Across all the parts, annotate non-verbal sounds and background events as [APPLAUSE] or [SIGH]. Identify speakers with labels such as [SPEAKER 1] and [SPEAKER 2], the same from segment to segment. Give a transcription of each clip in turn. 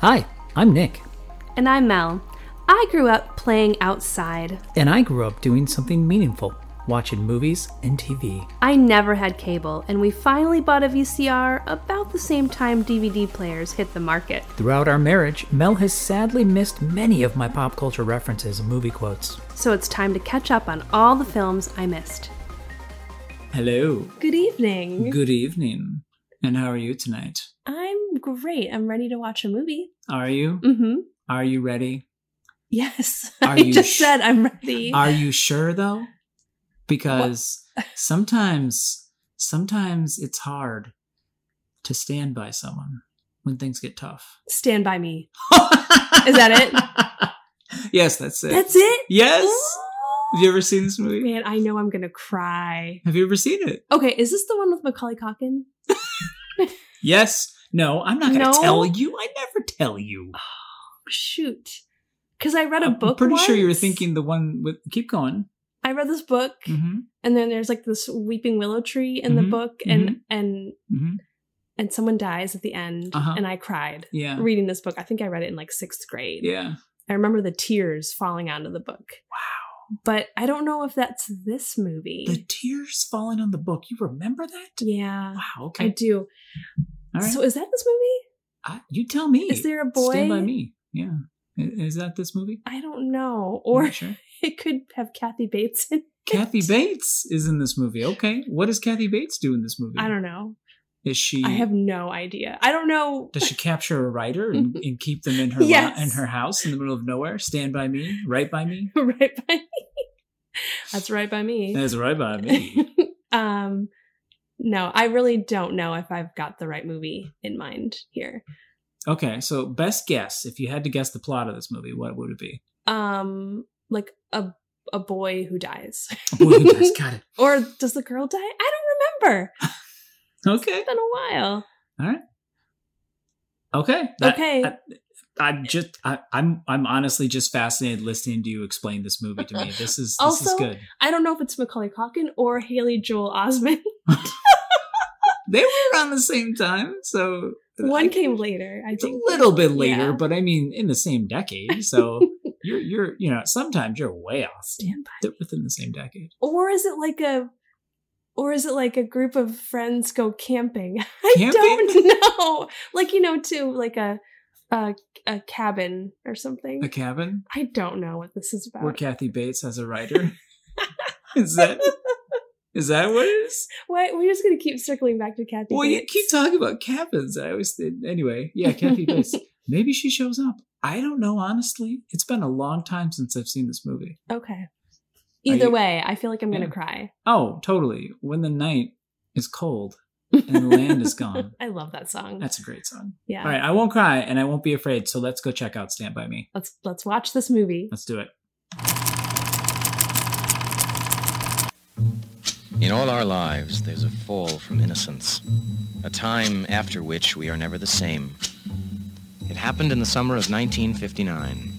[SPEAKER 1] Hi, I'm Nick,
[SPEAKER 2] And I'm Mel. I grew up playing outside.
[SPEAKER 1] and I grew up doing something meaningful, watching movies and TV.
[SPEAKER 2] I never had cable, and we finally bought a VCR about the same time DVD players hit the market.
[SPEAKER 1] Throughout our marriage, Mel has sadly missed many of my pop culture references and movie quotes.
[SPEAKER 2] So it's time to catch up on all the films I missed.
[SPEAKER 1] Hello.
[SPEAKER 2] Good evening.
[SPEAKER 1] Good evening. And how are you tonight?
[SPEAKER 2] I'm great. I'm ready to watch a movie.
[SPEAKER 1] Are you?
[SPEAKER 2] Mm hmm.
[SPEAKER 1] Are you ready?
[SPEAKER 2] Yes. [LAUGHS]
[SPEAKER 1] Are
[SPEAKER 2] I
[SPEAKER 1] you
[SPEAKER 2] just
[SPEAKER 1] sh-
[SPEAKER 2] said I'm ready.
[SPEAKER 1] Are you sure though? Because sometimes sometimes it's hard to stand by someone when things get tough.
[SPEAKER 2] Stand by me.
[SPEAKER 1] Is
[SPEAKER 2] that
[SPEAKER 1] it? [LAUGHS] Yes, that's it.
[SPEAKER 2] That's it?
[SPEAKER 1] yes. Have you ever seen this movie?
[SPEAKER 2] Man, I know I'm going to cry.
[SPEAKER 1] Have you ever seen it?
[SPEAKER 2] Okay, is this the one with Macaulay Culkin?
[SPEAKER 1] Yes. No, I'm not going to
[SPEAKER 2] No.
[SPEAKER 1] tell you. I never tell you.
[SPEAKER 2] Shoot. Because I read a
[SPEAKER 1] I'm
[SPEAKER 2] book.
[SPEAKER 1] pretty sure you were
[SPEAKER 2] once.
[SPEAKER 1] thinking the one with. Keep going.
[SPEAKER 2] I read this book,
[SPEAKER 1] Mm-hmm.
[SPEAKER 2] and then there's like this weeping willow tree in
[SPEAKER 1] Mhm,
[SPEAKER 2] the book, and and
[SPEAKER 1] Mm-hmm.
[SPEAKER 2] and someone dies at the end,
[SPEAKER 1] Uh-huh.
[SPEAKER 2] and I cried
[SPEAKER 1] Yeah.
[SPEAKER 2] reading this book. I think I read it in like sixth grade.
[SPEAKER 1] Yeah.
[SPEAKER 2] I remember the tears falling onto the book. Wow. But I don't know if that's this movie.
[SPEAKER 1] The tears falling on the book. You remember that?
[SPEAKER 2] yeah,
[SPEAKER 1] Wow.
[SPEAKER 2] I
[SPEAKER 1] Okay.
[SPEAKER 2] do.
[SPEAKER 1] All right.
[SPEAKER 2] So is that this movie?
[SPEAKER 1] I, you tell me.
[SPEAKER 2] Is there a boy?
[SPEAKER 1] Stand by me. Yeah. I- Is that this movie?
[SPEAKER 2] I don't know.
[SPEAKER 1] Are you
[SPEAKER 2] Or [LAUGHS]
[SPEAKER 1] sure?
[SPEAKER 2] it could have Kathy Bates in it. [LAUGHS]
[SPEAKER 1] Kathy Bates is in this movie. Okay. What does Kathy Bates do in this movie?
[SPEAKER 2] I don't know.
[SPEAKER 1] Is she?
[SPEAKER 2] I have no idea. I don't know. [LAUGHS]
[SPEAKER 1] Does she capture a writer and, and keep them in her lo-
[SPEAKER 2] Yes.
[SPEAKER 1] in her house in the middle of nowhere? Stand by me, right by me.
[SPEAKER 2] right by me. That's right by me.
[SPEAKER 1] That's right by me.
[SPEAKER 2] [LAUGHS] um no i really don't know if i've got the right movie in mind here
[SPEAKER 1] Okay, so best guess if you had to guess the plot of this movie, what would it be?
[SPEAKER 2] um like a a boy who dies [LAUGHS]
[SPEAKER 1] Boy, you guys got it.
[SPEAKER 2] or does the girl die i don't remember
[SPEAKER 1] Okay,
[SPEAKER 2] it's been a while
[SPEAKER 1] okay, That-
[SPEAKER 2] Okay.
[SPEAKER 1] I, I'm just, I, I'm, I'm honestly just fascinated listening to you explain this movie to me. This is, this is
[SPEAKER 2] Also-
[SPEAKER 1] good.
[SPEAKER 2] i don't know if it's macaulay calkin or haley joel osment [LAUGHS]
[SPEAKER 1] They were around the same time, so uh,
[SPEAKER 2] one came later i
[SPEAKER 1] It's a
[SPEAKER 2] think
[SPEAKER 1] little bit later,
[SPEAKER 2] Yeah.
[SPEAKER 1] but I mean, in the same decade.
[SPEAKER 2] [LAUGHS]
[SPEAKER 1] So you're, you're, you know, sometimes you're way off.
[SPEAKER 2] stand by
[SPEAKER 1] They're within the same decade.
[SPEAKER 2] or is it like a or is it like a group of friends go camping [LAUGHS] i
[SPEAKER 1] Camping?
[SPEAKER 2] don't [LAUGHS] know like you know to like a a, a cabin or something
[SPEAKER 1] A cabin
[SPEAKER 2] I don't know what this is about.
[SPEAKER 1] where Kathy Bates has a
[SPEAKER 2] [LAUGHS]
[SPEAKER 1] writer. is that is that what it is?
[SPEAKER 2] Why, we're just going to keep circling back to Kathy.
[SPEAKER 1] Well, you
[SPEAKER 2] Bates.
[SPEAKER 1] keep talking about cabins. I always did. Anyway, yeah, Kathy
[SPEAKER 2] [LAUGHS]
[SPEAKER 1] Bates. Maybe she shows up. I don't know. Honestly, it's been a long time since I've seen this movie.
[SPEAKER 2] Okay. Either
[SPEAKER 1] you-
[SPEAKER 2] way, I feel like I'm going
[SPEAKER 1] Yeah.
[SPEAKER 2] to cry.
[SPEAKER 1] Oh, totally. When the night is cold and the land is
[SPEAKER 2] [LAUGHS]
[SPEAKER 1] gone.
[SPEAKER 2] I love that song.
[SPEAKER 1] That's a great song.
[SPEAKER 2] yeah.
[SPEAKER 1] All right, I won't cry and I won't be afraid. So let's go check out Stand By Me.
[SPEAKER 2] Let's let's watch this movie.
[SPEAKER 1] Let's do it.
[SPEAKER 3] In all our lives, there's a fall from innocence, a time after which we are never the same. It happened in the summer of 1959,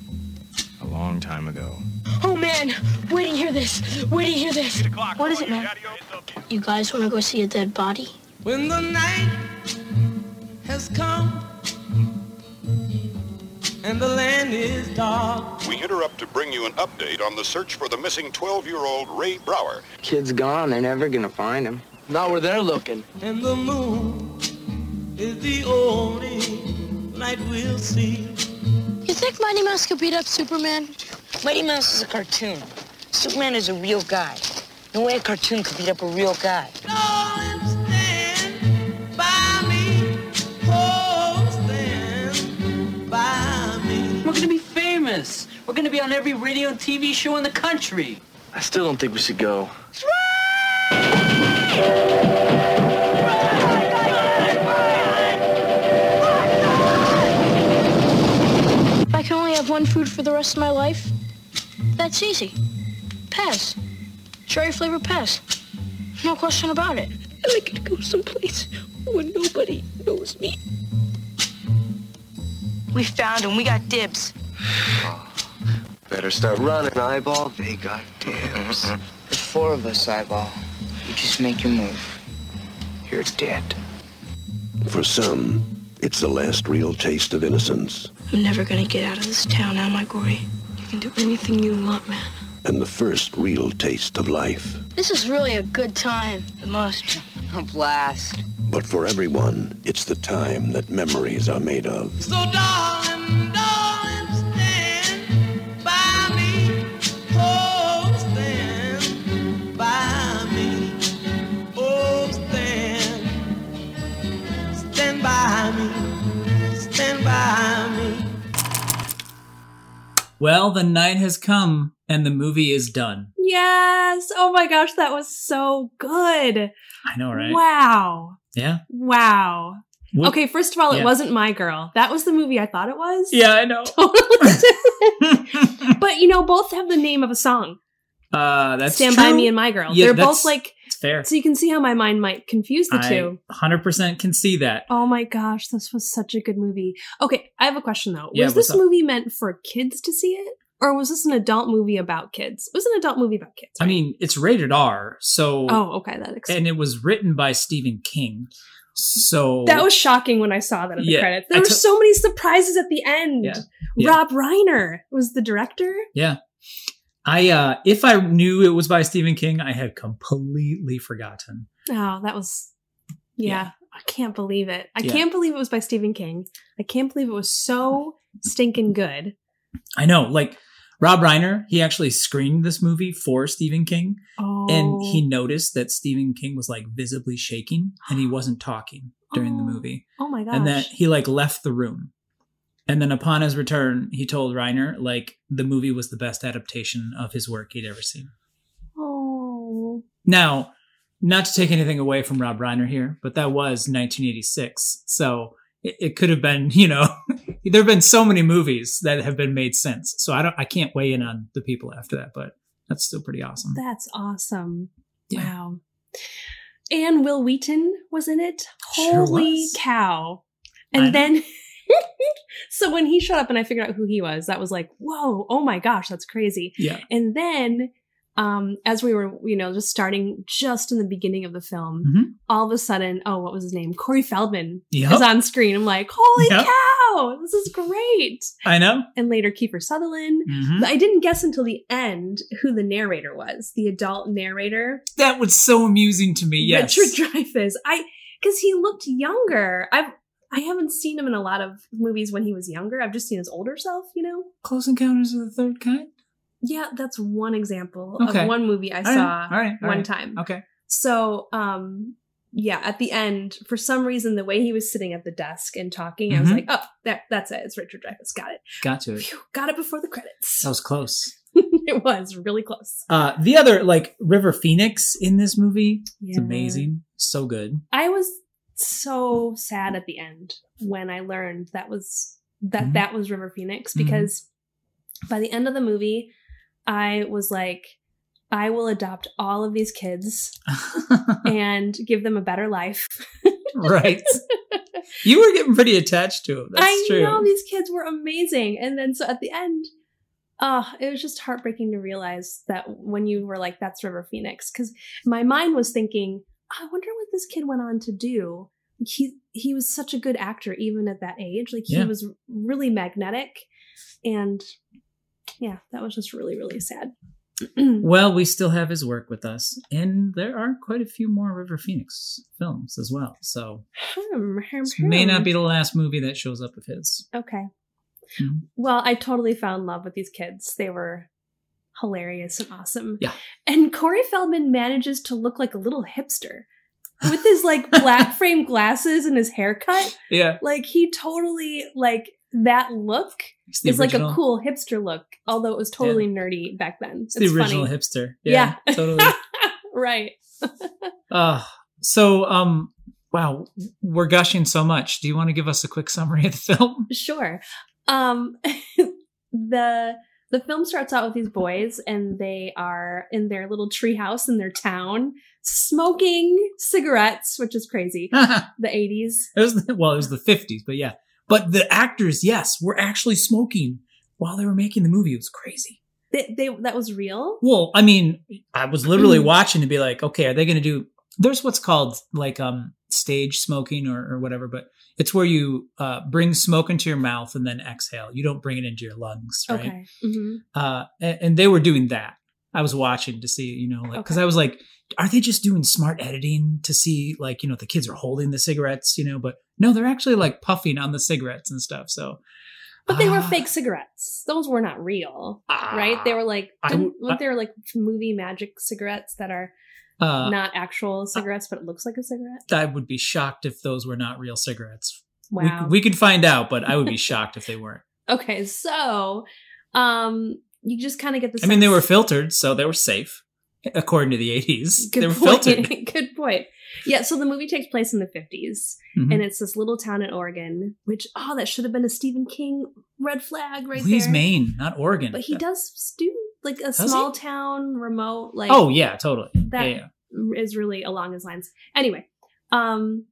[SPEAKER 3] a long time ago.
[SPEAKER 4] Oh man, wait to hear this. Wait to hear this. What is it, man? You guys want to go see a dead body?
[SPEAKER 5] When the night has come and the land is dark.
[SPEAKER 6] We interrupt to bring you an update on the search for the missing 12-year-old Ray Brower.
[SPEAKER 7] Kid's gone. They're never gonna find him. Not where they're looking.
[SPEAKER 5] And the moon is the only light we'll see.
[SPEAKER 4] You think Mighty Mouse could beat up Superman?
[SPEAKER 8] Mighty Mouse is a cartoon. Superman is a real guy. No way a cartoon could beat up a real guy.
[SPEAKER 5] Go and stand by me. Oh, stand by me.
[SPEAKER 9] We're gonna be famous. We're gonna be on every radio and TV show in the country.
[SPEAKER 7] I still don't think we should go.
[SPEAKER 4] If I can only have one food for the rest of my life, that's easy. Pass. Cherry flavored pass. No question about it. I like to go someplace where nobody knows me.
[SPEAKER 8] We found him. We got dibs.
[SPEAKER 7] Better start running, eyeball. They got dibs.
[SPEAKER 8] There's four of us, Eyeball. You just make your move.
[SPEAKER 7] You're dead.
[SPEAKER 6] For some,
[SPEAKER 10] It's the last real taste of innocence,
[SPEAKER 4] I'm never gonna get out of this town, am I, Gory? You can do anything you want, man.
[SPEAKER 10] and the first real taste of life.
[SPEAKER 4] This is really a good time. The most.
[SPEAKER 8] A blast.
[SPEAKER 10] But for everyone, it's the time that memories are made of.
[SPEAKER 5] So darling, darling, stand by me. Oh, stand by me. Oh, stand. Stand by me. Stand by me.
[SPEAKER 1] Well, the night has come and the movie is done.
[SPEAKER 2] Yes. Oh my gosh, that was so good.
[SPEAKER 1] I know, right?
[SPEAKER 2] Wow.
[SPEAKER 1] Yeah.
[SPEAKER 2] Wow.
[SPEAKER 1] What-
[SPEAKER 2] okay, first of all, it
[SPEAKER 1] Yeah.
[SPEAKER 2] wasn't my girl. That was the movie I thought it was.
[SPEAKER 1] Yeah, I know.
[SPEAKER 2] [LAUGHS] But you know, both have the name of a song.
[SPEAKER 1] Uh, that's
[SPEAKER 2] Stand by
[SPEAKER 1] true.
[SPEAKER 2] me and my girl.
[SPEAKER 1] Yeah,
[SPEAKER 2] They're
[SPEAKER 1] that's-
[SPEAKER 2] both like
[SPEAKER 1] It's fair.
[SPEAKER 2] so you can see how my mind might confuse the two.
[SPEAKER 1] I 100% can see that.
[SPEAKER 2] Oh my gosh, this was such a good movie. Okay, I have a question though.
[SPEAKER 1] Yeah,
[SPEAKER 2] was
[SPEAKER 1] what's
[SPEAKER 2] this
[SPEAKER 1] up?
[SPEAKER 2] movie meant for kids to see it? Or was this an adult movie about kids? It was an adult movie about kids.
[SPEAKER 1] I mean, it's rated R, so
[SPEAKER 2] Oh, okay, that explains.
[SPEAKER 1] and it was written by Stephen King. So
[SPEAKER 2] That was shocking when I saw that in the
[SPEAKER 1] Yeah,
[SPEAKER 2] credits.
[SPEAKER 1] I
[SPEAKER 2] There were
[SPEAKER 1] to-
[SPEAKER 2] so many surprises at the end.
[SPEAKER 1] Yeah, yeah.
[SPEAKER 2] Rob Reiner was the director.
[SPEAKER 1] yeah. I uh if I knew it was by Stephen King, I had completely forgotten.
[SPEAKER 2] Oh, that was yeah.
[SPEAKER 1] Yeah.
[SPEAKER 2] I can't believe it. I
[SPEAKER 1] Yeah.
[SPEAKER 2] can't believe it was by Stephen King. I can't believe it was so stinking good.
[SPEAKER 1] I know, like Rob Reiner, he actually screened this movie for Stephen King,
[SPEAKER 2] Oh,
[SPEAKER 1] and he noticed that Stephen King was like visibly shaking and he wasn't talking during the
[SPEAKER 2] Oh,
[SPEAKER 1] movie.
[SPEAKER 2] Oh my gosh.
[SPEAKER 1] and that he like left the room. And then upon his return, he told Reiner like the movie was the best adaptation of his work he'd ever seen.
[SPEAKER 2] oh.
[SPEAKER 1] Now, not to take anything away from Rob Reiner here, but that was 1986, so it, it could have been [LAUGHS] you know there have been so many movies that have been made since. So I don't I can't weigh in on the people after that, but that's still pretty awesome.
[SPEAKER 2] That's awesome.
[SPEAKER 1] Yeah.
[SPEAKER 2] Wow. And Will Wheaton was in it.
[SPEAKER 1] Sure
[SPEAKER 2] Holy
[SPEAKER 1] was.
[SPEAKER 2] cow.
[SPEAKER 1] I
[SPEAKER 2] And
[SPEAKER 1] know.
[SPEAKER 2] then [LAUGHS] so when he showed up and I figured out who he was, that was like, whoa, oh my gosh, that's crazy.
[SPEAKER 1] yeah,
[SPEAKER 2] And then um as we were, you know, just starting just in the beginning of the film,
[SPEAKER 1] Mhm.
[SPEAKER 2] all of a sudden, oh, what was his name? Corey Feldman
[SPEAKER 1] Yep.
[SPEAKER 2] is on screen. I'm like, holy
[SPEAKER 1] Yep.
[SPEAKER 2] cow, this is great.
[SPEAKER 1] I know.
[SPEAKER 2] And later Kiefer Sutherland.
[SPEAKER 1] Mhm.
[SPEAKER 2] But I didn't guess until the end who the narrator was, the adult narrator,
[SPEAKER 1] That was so amusing to me. Yes,
[SPEAKER 2] Richard Dreyfuss. I because he looked younger. I've I haven't seen him in a lot of movies when he was younger. I've just seen his older self. You know.
[SPEAKER 1] Close Encounters of the Third Kind.
[SPEAKER 2] Yeah, that's one example
[SPEAKER 1] Okay.
[SPEAKER 2] of one movie I
[SPEAKER 1] All right,
[SPEAKER 2] saw
[SPEAKER 1] all right, all
[SPEAKER 2] one
[SPEAKER 1] right.
[SPEAKER 2] time.
[SPEAKER 1] Okay.
[SPEAKER 2] So, um, yeah, at the end, for some reason, the way he was sitting at the desk and talking, I was
[SPEAKER 1] Mhm.
[SPEAKER 2] like, oh, that, that's it. It's Richard Dreyfuss. Got it.
[SPEAKER 1] Got to it.
[SPEAKER 2] Phew, got it before the credits.
[SPEAKER 1] That was close.
[SPEAKER 2] [LAUGHS] it was really close.
[SPEAKER 1] Uh, the other, like River Phoenix in this movie, it's
[SPEAKER 2] Yeah.
[SPEAKER 1] amazing, so
[SPEAKER 2] [LAUGHS]
[SPEAKER 1] good.
[SPEAKER 2] I was so sad at the end when I learned that was that
[SPEAKER 1] Mhm.
[SPEAKER 2] that was River Phoenix
[SPEAKER 1] Mhm.
[SPEAKER 2] because by the end of the movie I was like I will adopt all of these kids and give them a better life. [LAUGHS]
[SPEAKER 1] right? You were getting pretty attached to him. That's
[SPEAKER 2] I
[SPEAKER 1] true.
[SPEAKER 2] know these kids were amazing and then so at the end uh it was just heartbreaking to realize that when you were like that's River Phoenix cuz my mind was thinking I wonder what this kid went on to do he he was such a good actor even at that age like he
[SPEAKER 1] Yeah.
[SPEAKER 2] was really magnetic and yeah that was just really really sad [CLEARS THROAT] Hmm,
[SPEAKER 1] Well, we still have his work with us, and there are quite a few more River Phoenix films as well. So
[SPEAKER 2] Hmm, hmm,
[SPEAKER 1] this may
[SPEAKER 2] hmm.
[SPEAKER 1] not be the last movie that shows up of his.
[SPEAKER 2] okay
[SPEAKER 1] Mhm.
[SPEAKER 2] well i totally fell in love with these kids they were hilarious and awesome
[SPEAKER 1] Yeah.
[SPEAKER 2] and corey feldman manages to look like a little
[SPEAKER 1] [LAUGHS]
[SPEAKER 2] hipster with his like black frame glasses and his haircut
[SPEAKER 1] Yeah,
[SPEAKER 2] like he totally like that look
[SPEAKER 1] it's the
[SPEAKER 2] is like
[SPEAKER 1] original.
[SPEAKER 2] a cool hipster look although it was totally nerdy back then
[SPEAKER 1] It's the original
[SPEAKER 2] funny.
[SPEAKER 1] hipster.
[SPEAKER 2] Yeah.
[SPEAKER 1] totally.
[SPEAKER 2] [LAUGHS] Right.
[SPEAKER 1] Uh, so, um, wow, we're gushing so much. Do you want to give us a quick summary of the film?
[SPEAKER 2] Sure. Um [LAUGHS] the the film starts out with these boys and they are in their little treehouse in their town smoking cigarettes, which is crazy. The 80s.
[SPEAKER 1] [LAUGHS] It was well, it was the fifties, but yeah. But the actors, yes, were actually smoking while they were making the movie. It was crazy.
[SPEAKER 2] They, they that was real.
[SPEAKER 1] Well, I mean, I was literally watching to be like, okay, are they going to do? There's what's called like um stage smoking or, or whatever, but It's where you uh, bring smoke into your mouth and then exhale. You don't bring it into your lungs, right?
[SPEAKER 2] Okay. hmm
[SPEAKER 1] Uh, and, and they were doing that. I was watching to see, you know, like because I was like, are they just doing smart editing to see, like, you know, the kids are holding the cigarettes, you know? But no, they're actually like puffing on the cigarettes and stuff. So Ah.
[SPEAKER 2] But they were fake cigarettes. Those were not real, right? They were like,
[SPEAKER 1] Ah. I
[SPEAKER 2] didn't,
[SPEAKER 1] w-
[SPEAKER 2] weren't there like movie magic cigarettes that are
[SPEAKER 1] uh,
[SPEAKER 2] not actual cigarettes, but it looks like a cigarette?
[SPEAKER 1] I would be shocked if those were not real cigarettes. We-
[SPEAKER 2] Wow.
[SPEAKER 1] We, could find out, but I would be shocked if they
[SPEAKER 2] [LAUGHS]
[SPEAKER 1] weren't.
[SPEAKER 2] Okay, so um, you just kind of get the.
[SPEAKER 1] I mean, they
[SPEAKER 2] sense-
[SPEAKER 1] were filtered, so they were safe, according to the 80s.
[SPEAKER 2] Good
[SPEAKER 1] they were
[SPEAKER 2] point.
[SPEAKER 1] filtered.
[SPEAKER 2] Good point. Yeah, so the movie takes place in the 50s,
[SPEAKER 1] Mhm.
[SPEAKER 2] [LAUGHS] and it's this little town in Oregon, which, oh, that should have been a Stephen King red flag right
[SPEAKER 1] He's
[SPEAKER 2] there.
[SPEAKER 1] Maine, not Oregon.
[SPEAKER 2] But he does do like a
[SPEAKER 1] Does he?
[SPEAKER 2] small town, remote, like.
[SPEAKER 1] oh, yeah, totally. Yeah,
[SPEAKER 2] That
[SPEAKER 1] yeah.
[SPEAKER 2] is really along his lines. Anyway, um,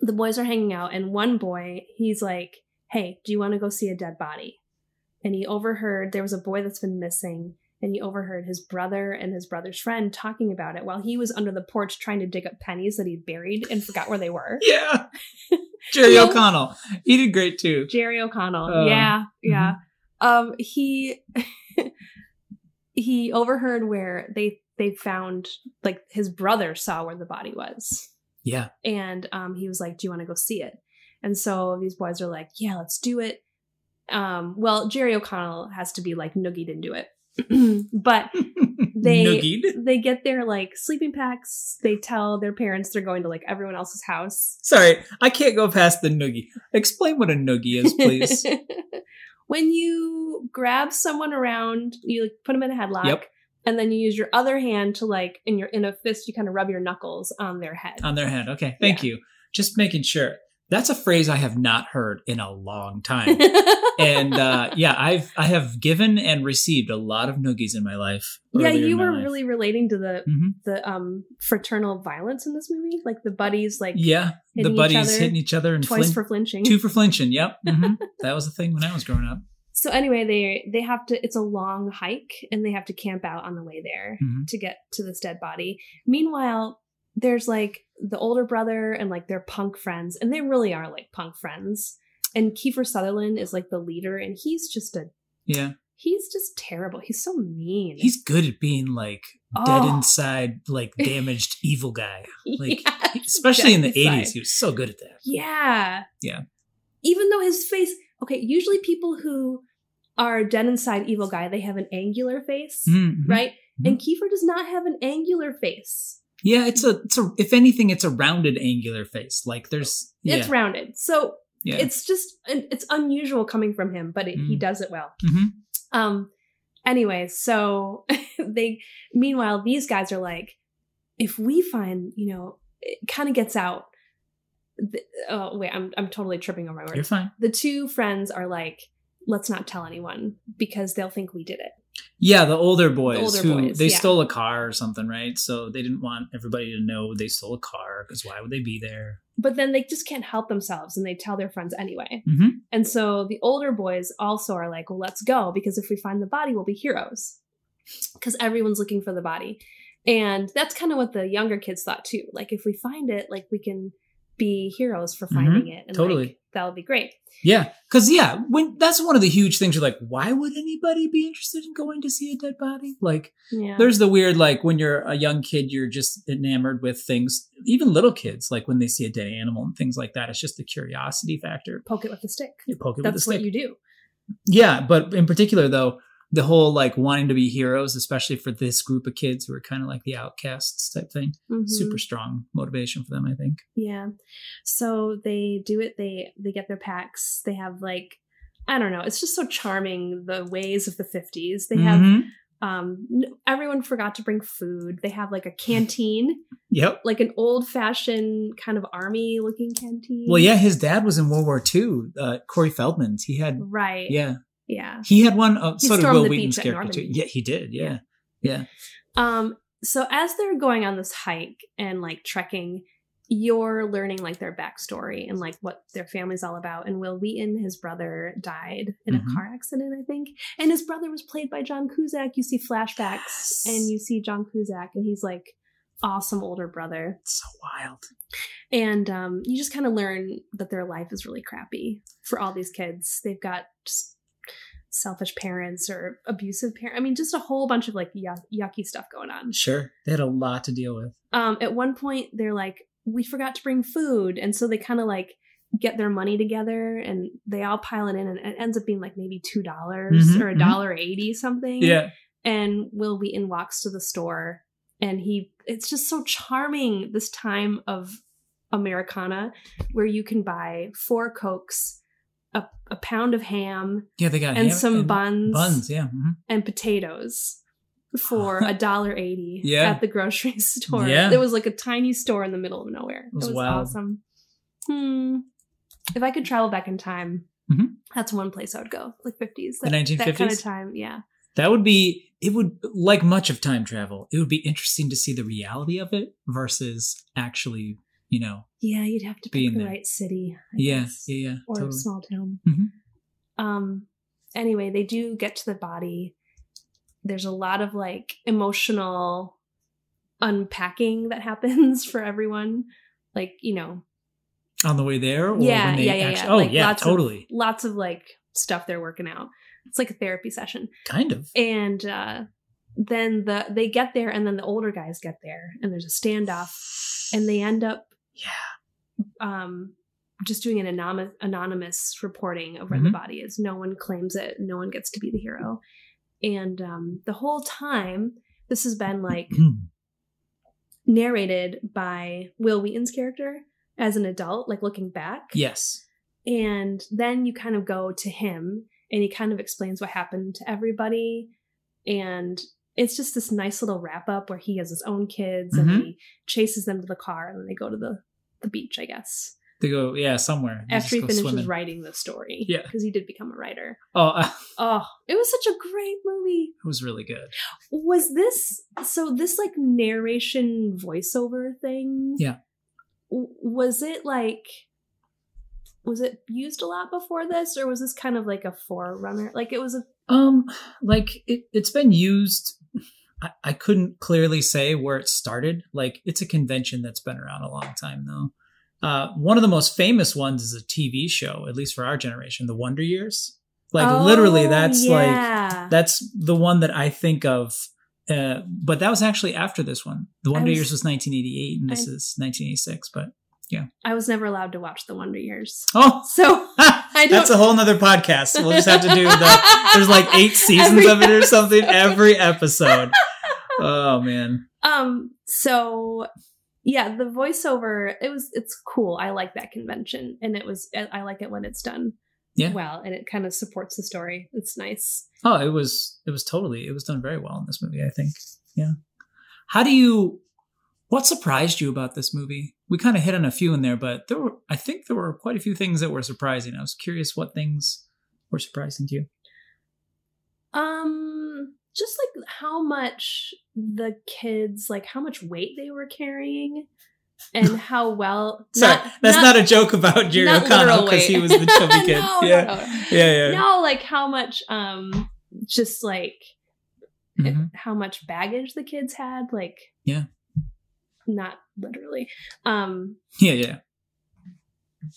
[SPEAKER 2] the boys are hanging out, and one boy, he's like, "Hey, do you want to go see a dead body?" And he overheard there was a boy that's been missing, and he overheard his brother and his brother's friend talking about it while he was under the porch trying to dig up pennies that he buried and forgot where they
[SPEAKER 1] [LAUGHS]
[SPEAKER 2] were. [LAUGHS]
[SPEAKER 1] Yeah. Jerry
[SPEAKER 2] Yeah.
[SPEAKER 1] O'Connell. He did great too.
[SPEAKER 2] Jerry O'Connell.
[SPEAKER 1] Uh,
[SPEAKER 2] yeah, yeah. Um, he [LAUGHS] he overheard where they they found like his brother saw where the body was.
[SPEAKER 1] [LAUGHS] Yeah.
[SPEAKER 2] and um, he was like, "Do you want to go see it?" And so these boys are like, "Yeah, let's do it." Um, well, Jerry O'Connell has to be like noogied into it, [CLEARS THROAT] but they
[SPEAKER 1] Noogied?
[SPEAKER 2] they get their like sleeping packs. They tell their parents they're going to like everyone else's house.
[SPEAKER 1] Sorry, I can't go past the noogie. Explain what a noogie is,
[SPEAKER 2] [LAUGHS]
[SPEAKER 1] please.
[SPEAKER 2] when you grab someone around, you like, put them in a headlock.
[SPEAKER 1] Yep.
[SPEAKER 2] And then you use your other hand to like in your in a fist, you kind of rub your knuckles on their head.
[SPEAKER 1] On
[SPEAKER 2] [LAUGHS]
[SPEAKER 1] their head. Okay, thank you. Just making sure. That's a phrase I have not heard in a long
[SPEAKER 2] [LAUGHS]
[SPEAKER 1] time. and uh, yeah, I've I have given and received a lot of noogies in my life.
[SPEAKER 2] yeah,
[SPEAKER 1] earlier in
[SPEAKER 2] you
[SPEAKER 1] my
[SPEAKER 2] were
[SPEAKER 1] life.
[SPEAKER 2] really relating to the
[SPEAKER 1] Mhm.
[SPEAKER 2] the um fraternal violence in this movie, like the buddies, like
[SPEAKER 1] yeah. The
[SPEAKER 2] hitting each
[SPEAKER 1] buddies
[SPEAKER 2] other
[SPEAKER 1] hitting each other and
[SPEAKER 2] twice
[SPEAKER 1] flin-
[SPEAKER 2] for flinching.
[SPEAKER 1] two for flinching. Yep, hmm that was a thing when I was growing up.
[SPEAKER 2] so anyway, they they have to. It's a long hike, and they have to camp out on the way there
[SPEAKER 1] Mhm.
[SPEAKER 2] to get to this dead body. Meanwhile, there's like the older brother and like their punk friends, and they really are like punk friends. And Kiefer Sutherland is like the leader, and he's just a
[SPEAKER 1] Yeah,
[SPEAKER 2] he's just terrible. He's so mean. [LAUGHS]
[SPEAKER 1] he's good at being like dead
[SPEAKER 2] Oh.
[SPEAKER 1] inside, like
[SPEAKER 2] [LAUGHS]
[SPEAKER 1] damaged evil guy. Like
[SPEAKER 2] Yeah,
[SPEAKER 1] especially in the
[SPEAKER 2] dead inside.
[SPEAKER 1] eighties, he was so good at that.
[SPEAKER 2] Yeah.
[SPEAKER 1] Yeah.
[SPEAKER 2] Even though his face, okay, usually people who are dead inside evil guy, they have an angular face,
[SPEAKER 1] Mhm.
[SPEAKER 2] right? And Kiefer does not have an angular face.
[SPEAKER 1] Yeah, it's a it's a if anything, it's a rounded angular face. Like there's yeah.
[SPEAKER 2] It's rounded. So
[SPEAKER 1] Yeah.
[SPEAKER 2] it's just and it's unusual coming from him, but it, he
[SPEAKER 1] Mhm.
[SPEAKER 2] does it well.
[SPEAKER 1] Mhm.
[SPEAKER 2] Um anyway, so [LAUGHS] they meanwhile these guys are like if we find, you know, it kind of gets out th- oh wait, I'm I'm totally tripping over my words.
[SPEAKER 1] You're fine.
[SPEAKER 2] the two friends are like, let's not tell anyone because they'll think we did it.
[SPEAKER 1] Yeah, the older boys
[SPEAKER 2] older
[SPEAKER 1] who
[SPEAKER 2] boys,
[SPEAKER 1] they
[SPEAKER 2] yeah.
[SPEAKER 1] stole a car or something, right? So they didn't want everybody to know they stole a car because why would they be there?
[SPEAKER 2] But then they just can't help themselves and they tell their friends anyway.
[SPEAKER 1] Mhm.
[SPEAKER 2] And so the older boys also are like, well, let's go because if we find the body, we'll be heroes because everyone's looking for the body. And that's kind of what the younger kids thought too. Like, if we find it, like, we can be heroes for finding it. And
[SPEAKER 1] Mm-hmm. Totally.
[SPEAKER 2] Like, that'll be great.
[SPEAKER 1] Yeah, because yeah, when that's one of the huge things. You're like, why would anybody be interested in going to see a dead body? Like,
[SPEAKER 2] Yeah.
[SPEAKER 1] there's the weird like when you're a young kid, you're just enamored with things. Even little kids, like when they see a dead animal and things like that, it's just the curiosity factor.
[SPEAKER 2] poke it with a stick.
[SPEAKER 1] You poke it with a
[SPEAKER 2] That's
[SPEAKER 1] stick.
[SPEAKER 2] what you do.
[SPEAKER 1] Yeah, but in particular though, the whole like wanting to be heroes, especially for this group of kids who are kind of like the outcasts type thing,
[SPEAKER 2] Mhm.
[SPEAKER 1] super strong motivation for them, I think.
[SPEAKER 2] Yeah. So they do it. They they get their packs. They have like I don't know. It's just so charming the ways of the 50s. They have
[SPEAKER 1] Mhm.
[SPEAKER 2] um n- everyone forgot to bring food. They have like a canteen,
[SPEAKER 1] Yep.
[SPEAKER 2] like an old-fashioned kind of army looking canteen.
[SPEAKER 1] Well, yeah, his dad was in World War II. Uh, Corey Feldman's. He had
[SPEAKER 2] Right.
[SPEAKER 1] yeah,
[SPEAKER 2] Yeah.
[SPEAKER 1] he had one. Uh,
[SPEAKER 2] Oh, He
[SPEAKER 1] so did
[SPEAKER 2] stormed
[SPEAKER 1] Will
[SPEAKER 2] the
[SPEAKER 1] Wheaton's
[SPEAKER 2] beach at
[SPEAKER 1] character too.
[SPEAKER 2] Normandy.
[SPEAKER 1] Yeah, he did. Yeah, yeah.
[SPEAKER 2] Um so as they're going on this hike and like trekking you're learning like their backstory and like what their family's all about. And Will Wheaton, his brother, died in
[SPEAKER 1] Mhm.
[SPEAKER 2] a car accident, I think. And his brother was played by John Kuzak. You see flashbacks and you see John Kuzak, and he's like awesome older brother.
[SPEAKER 1] So wild.
[SPEAKER 2] and um, you just kind of learn that their life is really crappy for all these kids. They've got just selfish parents or abusive parents. I mean, just a whole bunch of like yuck, yucky stuff going on.
[SPEAKER 1] Sure. They had a lot to deal with.
[SPEAKER 2] Um, at one point, they're like, "We forgot to bring food," and so they kind of like get their money together and they all pile it in, and it ends up being like maybe two dollars
[SPEAKER 1] Mhm,
[SPEAKER 2] or a
[SPEAKER 1] mhm.
[SPEAKER 2] dollar eighty something.
[SPEAKER 1] Yeah.
[SPEAKER 2] And Will Wheaton walks to the store, and he it's just so charming this time of Americana where you can buy four cokes, a, a pound of ham,
[SPEAKER 1] Yeah, they got
[SPEAKER 2] and
[SPEAKER 1] ham-
[SPEAKER 2] some buns,
[SPEAKER 1] Buns, yeah. mhm.
[SPEAKER 2] and potatoes for a dollar eighty
[SPEAKER 1] Yeah.
[SPEAKER 2] at the grocery [LAUGHS] store.
[SPEAKER 1] Yeah.
[SPEAKER 2] There was like a tiny store in the middle of nowhere. It
[SPEAKER 1] was
[SPEAKER 2] was,
[SPEAKER 1] wild.
[SPEAKER 2] awesome. Hmm. If I could travel back in time,
[SPEAKER 1] Mhm.
[SPEAKER 2] that's one place I would go. Like fifties,
[SPEAKER 1] The
[SPEAKER 2] that, that kind
[SPEAKER 1] 1950s?
[SPEAKER 2] of time. Yeah.
[SPEAKER 1] That would be it would like much of time travel. It would be interesting to see the reality of it versus actually, you know.
[SPEAKER 2] Yeah, you'd have to
[SPEAKER 1] Being
[SPEAKER 2] pick the
[SPEAKER 1] there.
[SPEAKER 2] right city. I
[SPEAKER 1] Yeah,
[SPEAKER 2] guess,
[SPEAKER 1] yeah, yeah,
[SPEAKER 2] Or a
[SPEAKER 1] totally.
[SPEAKER 2] small town.
[SPEAKER 1] Mhm.
[SPEAKER 2] Um. Anyway, they do get to the body. There's a lot of like emotional unpacking that [LAUGHS] happens for everyone. Like you know,
[SPEAKER 1] On the way there or
[SPEAKER 2] yeah,
[SPEAKER 1] when they
[SPEAKER 2] yeah, yeah,
[SPEAKER 1] actually
[SPEAKER 2] yeah.
[SPEAKER 1] Oh
[SPEAKER 2] Like,
[SPEAKER 1] yeah,
[SPEAKER 2] lots of-
[SPEAKER 1] totally.
[SPEAKER 2] lots of like stuff they're working out. It's like a therapy session.
[SPEAKER 1] kind of.
[SPEAKER 2] And uh, then the they get there, and then the older guys get there, and there's a standoff, and they end up yeah, um, just doing an anonymous anonymous reporting of where the
[SPEAKER 1] Mhm.
[SPEAKER 2] body is. No one claims it. No one gets to be the hero. And um, the whole time, this has been like
[SPEAKER 1] Mm-hmm.
[SPEAKER 2] narrated by Will Wheaton's character as an adult, like looking back.
[SPEAKER 1] [CLEARS THROAT] Yes.
[SPEAKER 2] And then you kind of go to him and he kind of explains what happened to everybody. And it's just this nice little wrap up where he has his own kids and
[SPEAKER 1] Mhm.
[SPEAKER 2] he chases them to the car and then they go to the, the beach, I guess.
[SPEAKER 1] They go yeah, somewhere. They just
[SPEAKER 2] After he
[SPEAKER 1] go
[SPEAKER 2] finishes
[SPEAKER 1] swimming.
[SPEAKER 2] writing the story.
[SPEAKER 1] Yeah.
[SPEAKER 2] Because he did become a writer.
[SPEAKER 1] Oh, [LAUGHS] uh,
[SPEAKER 2] Oh, it was such a great movie.
[SPEAKER 1] it was really good.
[SPEAKER 2] Was this so this like narration voiceover thing?
[SPEAKER 1] Yeah.
[SPEAKER 2] w- was it like was it used a lot before this or was this kind of like a forerunner like it was a
[SPEAKER 1] Um, like it, it's been used. I, I couldn't clearly say where it started. Like it's a convention that's been around a long time though. Uh, one of the most famous ones is a TV show, at least for our generation, The Wonder Years. Like literally,
[SPEAKER 2] Oh,
[SPEAKER 1] that's
[SPEAKER 2] yeah.
[SPEAKER 1] like that's the one that I think of. Uh, but that was actually after this one. The Wonder
[SPEAKER 2] was-
[SPEAKER 1] Years was 1988, and this
[SPEAKER 2] I-
[SPEAKER 1] is 1986. But
[SPEAKER 2] i was never allowed to watch the wonder years
[SPEAKER 1] oh, [LAUGHS]
[SPEAKER 2] so i
[SPEAKER 1] that's a
[SPEAKER 2] don't
[SPEAKER 1] whole nother podcast. We'll just have to do the. There's like eight seasons
[SPEAKER 2] [LAUGHS] Every
[SPEAKER 1] of it or
[SPEAKER 2] [LAUGHS]
[SPEAKER 1] something.
[SPEAKER 2] episode.
[SPEAKER 1] Every
[SPEAKER 2] [LAUGHS]
[SPEAKER 1] episode. Oh man,
[SPEAKER 2] um so yeah the voiceover it was it's cool i like that convention and it was i I like it when it's done
[SPEAKER 1] Yeah.
[SPEAKER 2] well and it kind of supports the story it's nice
[SPEAKER 1] oh it was it was totally it was done very well in this movie. I think. Yeah. How do you? What surprised you about this movie? We kind of hit on a few in there, but there were I think there were quite a few things that were surprising. I was curious what things were surprising to you.
[SPEAKER 2] um just like how much the kids like how much weight they were carrying and
[SPEAKER 1] [LAUGHS]
[SPEAKER 2] how well
[SPEAKER 1] Sorry, that's not, a joke about Jerry
[SPEAKER 2] not
[SPEAKER 1] O'Connell
[SPEAKER 2] literal
[SPEAKER 1] because he
[SPEAKER 2] weight.
[SPEAKER 1] was the chubby kid.
[SPEAKER 2] [LAUGHS] No, no,
[SPEAKER 1] yeah.
[SPEAKER 2] no.
[SPEAKER 1] yeah, yeah,
[SPEAKER 2] No, like how much um just like
[SPEAKER 1] Mhm.
[SPEAKER 2] how much baggage the kids had like
[SPEAKER 1] Yeah.
[SPEAKER 2] not literally um
[SPEAKER 1] yeah, yeah.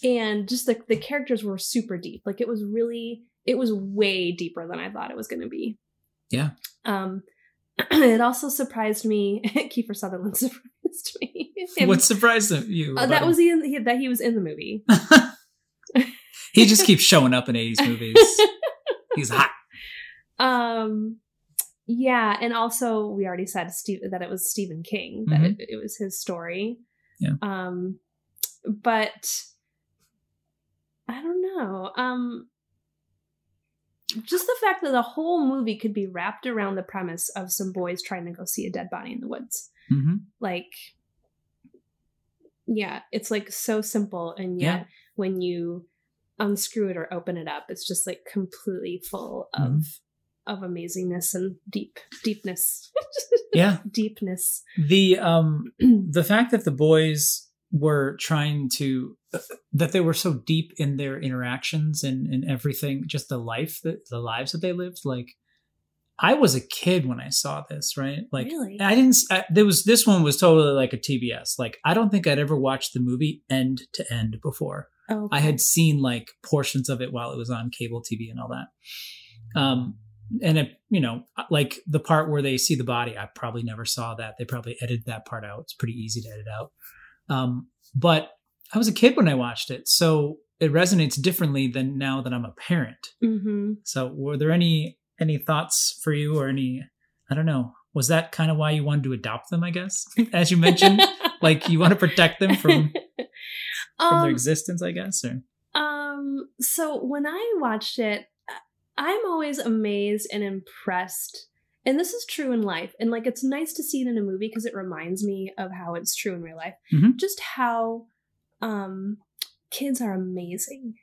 [SPEAKER 2] and just like the characters were super deep like it was really it was way deeper than i thought it was going to be
[SPEAKER 1] Yeah.
[SPEAKER 2] um [CLEARS THROAT] it also surprised me [LAUGHS] kiefer sutherland surprised me Him-
[SPEAKER 1] What surprised you?
[SPEAKER 2] Uh,
[SPEAKER 1] about
[SPEAKER 2] that
[SPEAKER 1] him?
[SPEAKER 2] was he, in- he that he was in the movie
[SPEAKER 1] He just keeps showing up in 80s movies. He's hot.
[SPEAKER 2] Um, yeah, and also we already said Steve, that it was Stephen King that it, it was his story.
[SPEAKER 1] Yeah.
[SPEAKER 2] Um, but I don't know. Um, just the fact that the whole movie could be wrapped around the premise of some boys trying to go see a dead body in the woods,
[SPEAKER 1] Mm-hmm.
[SPEAKER 2] like. Yeah, it's like so simple, and yet
[SPEAKER 1] Yeah.
[SPEAKER 2] when you unscrew it or open it up, it's just like completely full of
[SPEAKER 1] Mm-hmm.
[SPEAKER 2] of amazingness and deep deepness [LAUGHS]
[SPEAKER 1] Yeah.
[SPEAKER 2] deepness
[SPEAKER 1] The um the fact that the boys were trying to uh, that they were so deep in their interactions and and everything, just the life that the lives that they lived, like I was a kid when I saw this, right? Like,
[SPEAKER 2] Really?
[SPEAKER 1] I didn't. s- I, there was this one was totally like a TBS. Like, I don't think I'd ever watched the movie end to end before.
[SPEAKER 2] Oh,
[SPEAKER 1] I had seen like portions of it while it was on cable TV and all that. Um, and it, you know, like the part where they see the body, I probably never saw that. They probably edited that part out. It's pretty easy to edit out. Um, but I was a kid when I watched it, so it resonates differently than now that I'm a parent.
[SPEAKER 2] Mm-hmm.
[SPEAKER 1] So were there any any thoughts for you or any I don't know, was that kind of why you wanted to adopt them, I guess? As you
[SPEAKER 2] [LAUGHS]
[SPEAKER 1] mentioned, like you want to protect them from from their
[SPEAKER 2] um,
[SPEAKER 1] existence, I guess, or
[SPEAKER 2] um. So when I watched it, I- I'm always amazed and impressed. And this is true in life. And like, it's nice to see it in a movie because it reminds me of how it's true in real life.
[SPEAKER 1] Mhm.
[SPEAKER 2] Just how um, kids are amazing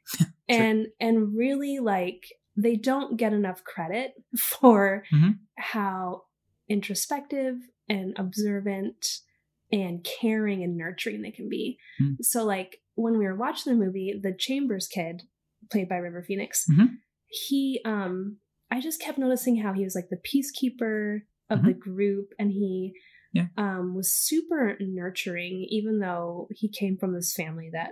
[SPEAKER 2] and and really like they don't get enough credit [LAUGHS] for
[SPEAKER 1] Mhm.
[SPEAKER 2] how introspective and observant and caring and nurturing they can be.
[SPEAKER 1] Mm.
[SPEAKER 2] So like when we were watching the movie, the Chambers kid, played by River Phoenix,
[SPEAKER 1] Mhm.
[SPEAKER 2] he um I just kept noticing how he was like the peacekeeper of the group and he
[SPEAKER 1] Mm-hmm. Yeah.
[SPEAKER 2] um was super nurturing even though he came from this family that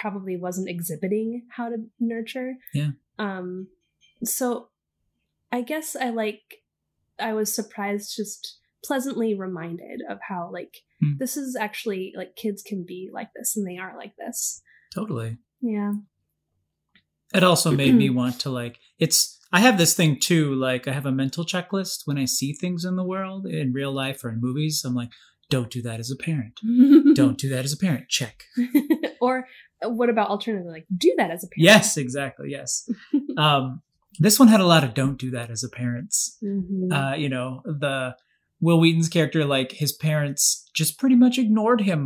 [SPEAKER 2] probably wasn't exhibiting how to nurture.
[SPEAKER 1] Yeah.
[SPEAKER 2] Um so I guess I like I was surprised just pleasantly reminded of how like
[SPEAKER 1] Hmm.
[SPEAKER 2] this is actually like kids can be like this and they are like this.
[SPEAKER 1] totally.
[SPEAKER 2] Yeah.
[SPEAKER 1] It also made me want to like it's I have this thing too, like I have a mental checklist when I see things in the world in real life or in movies. I'm like, don't do that as a
[SPEAKER 2] [LAUGHS]
[SPEAKER 1] parent. Don't do that as a parent. Check.
[SPEAKER 2] or uh, what about alternatively like do that as a parent?
[SPEAKER 1] Yes, exactly. Yes. Um, this one had a lot of don't do that as a parents.
[SPEAKER 2] [LAUGHS] Mhm.
[SPEAKER 1] uh, you know, the Will Wheaton's character, like his parents just pretty much ignored him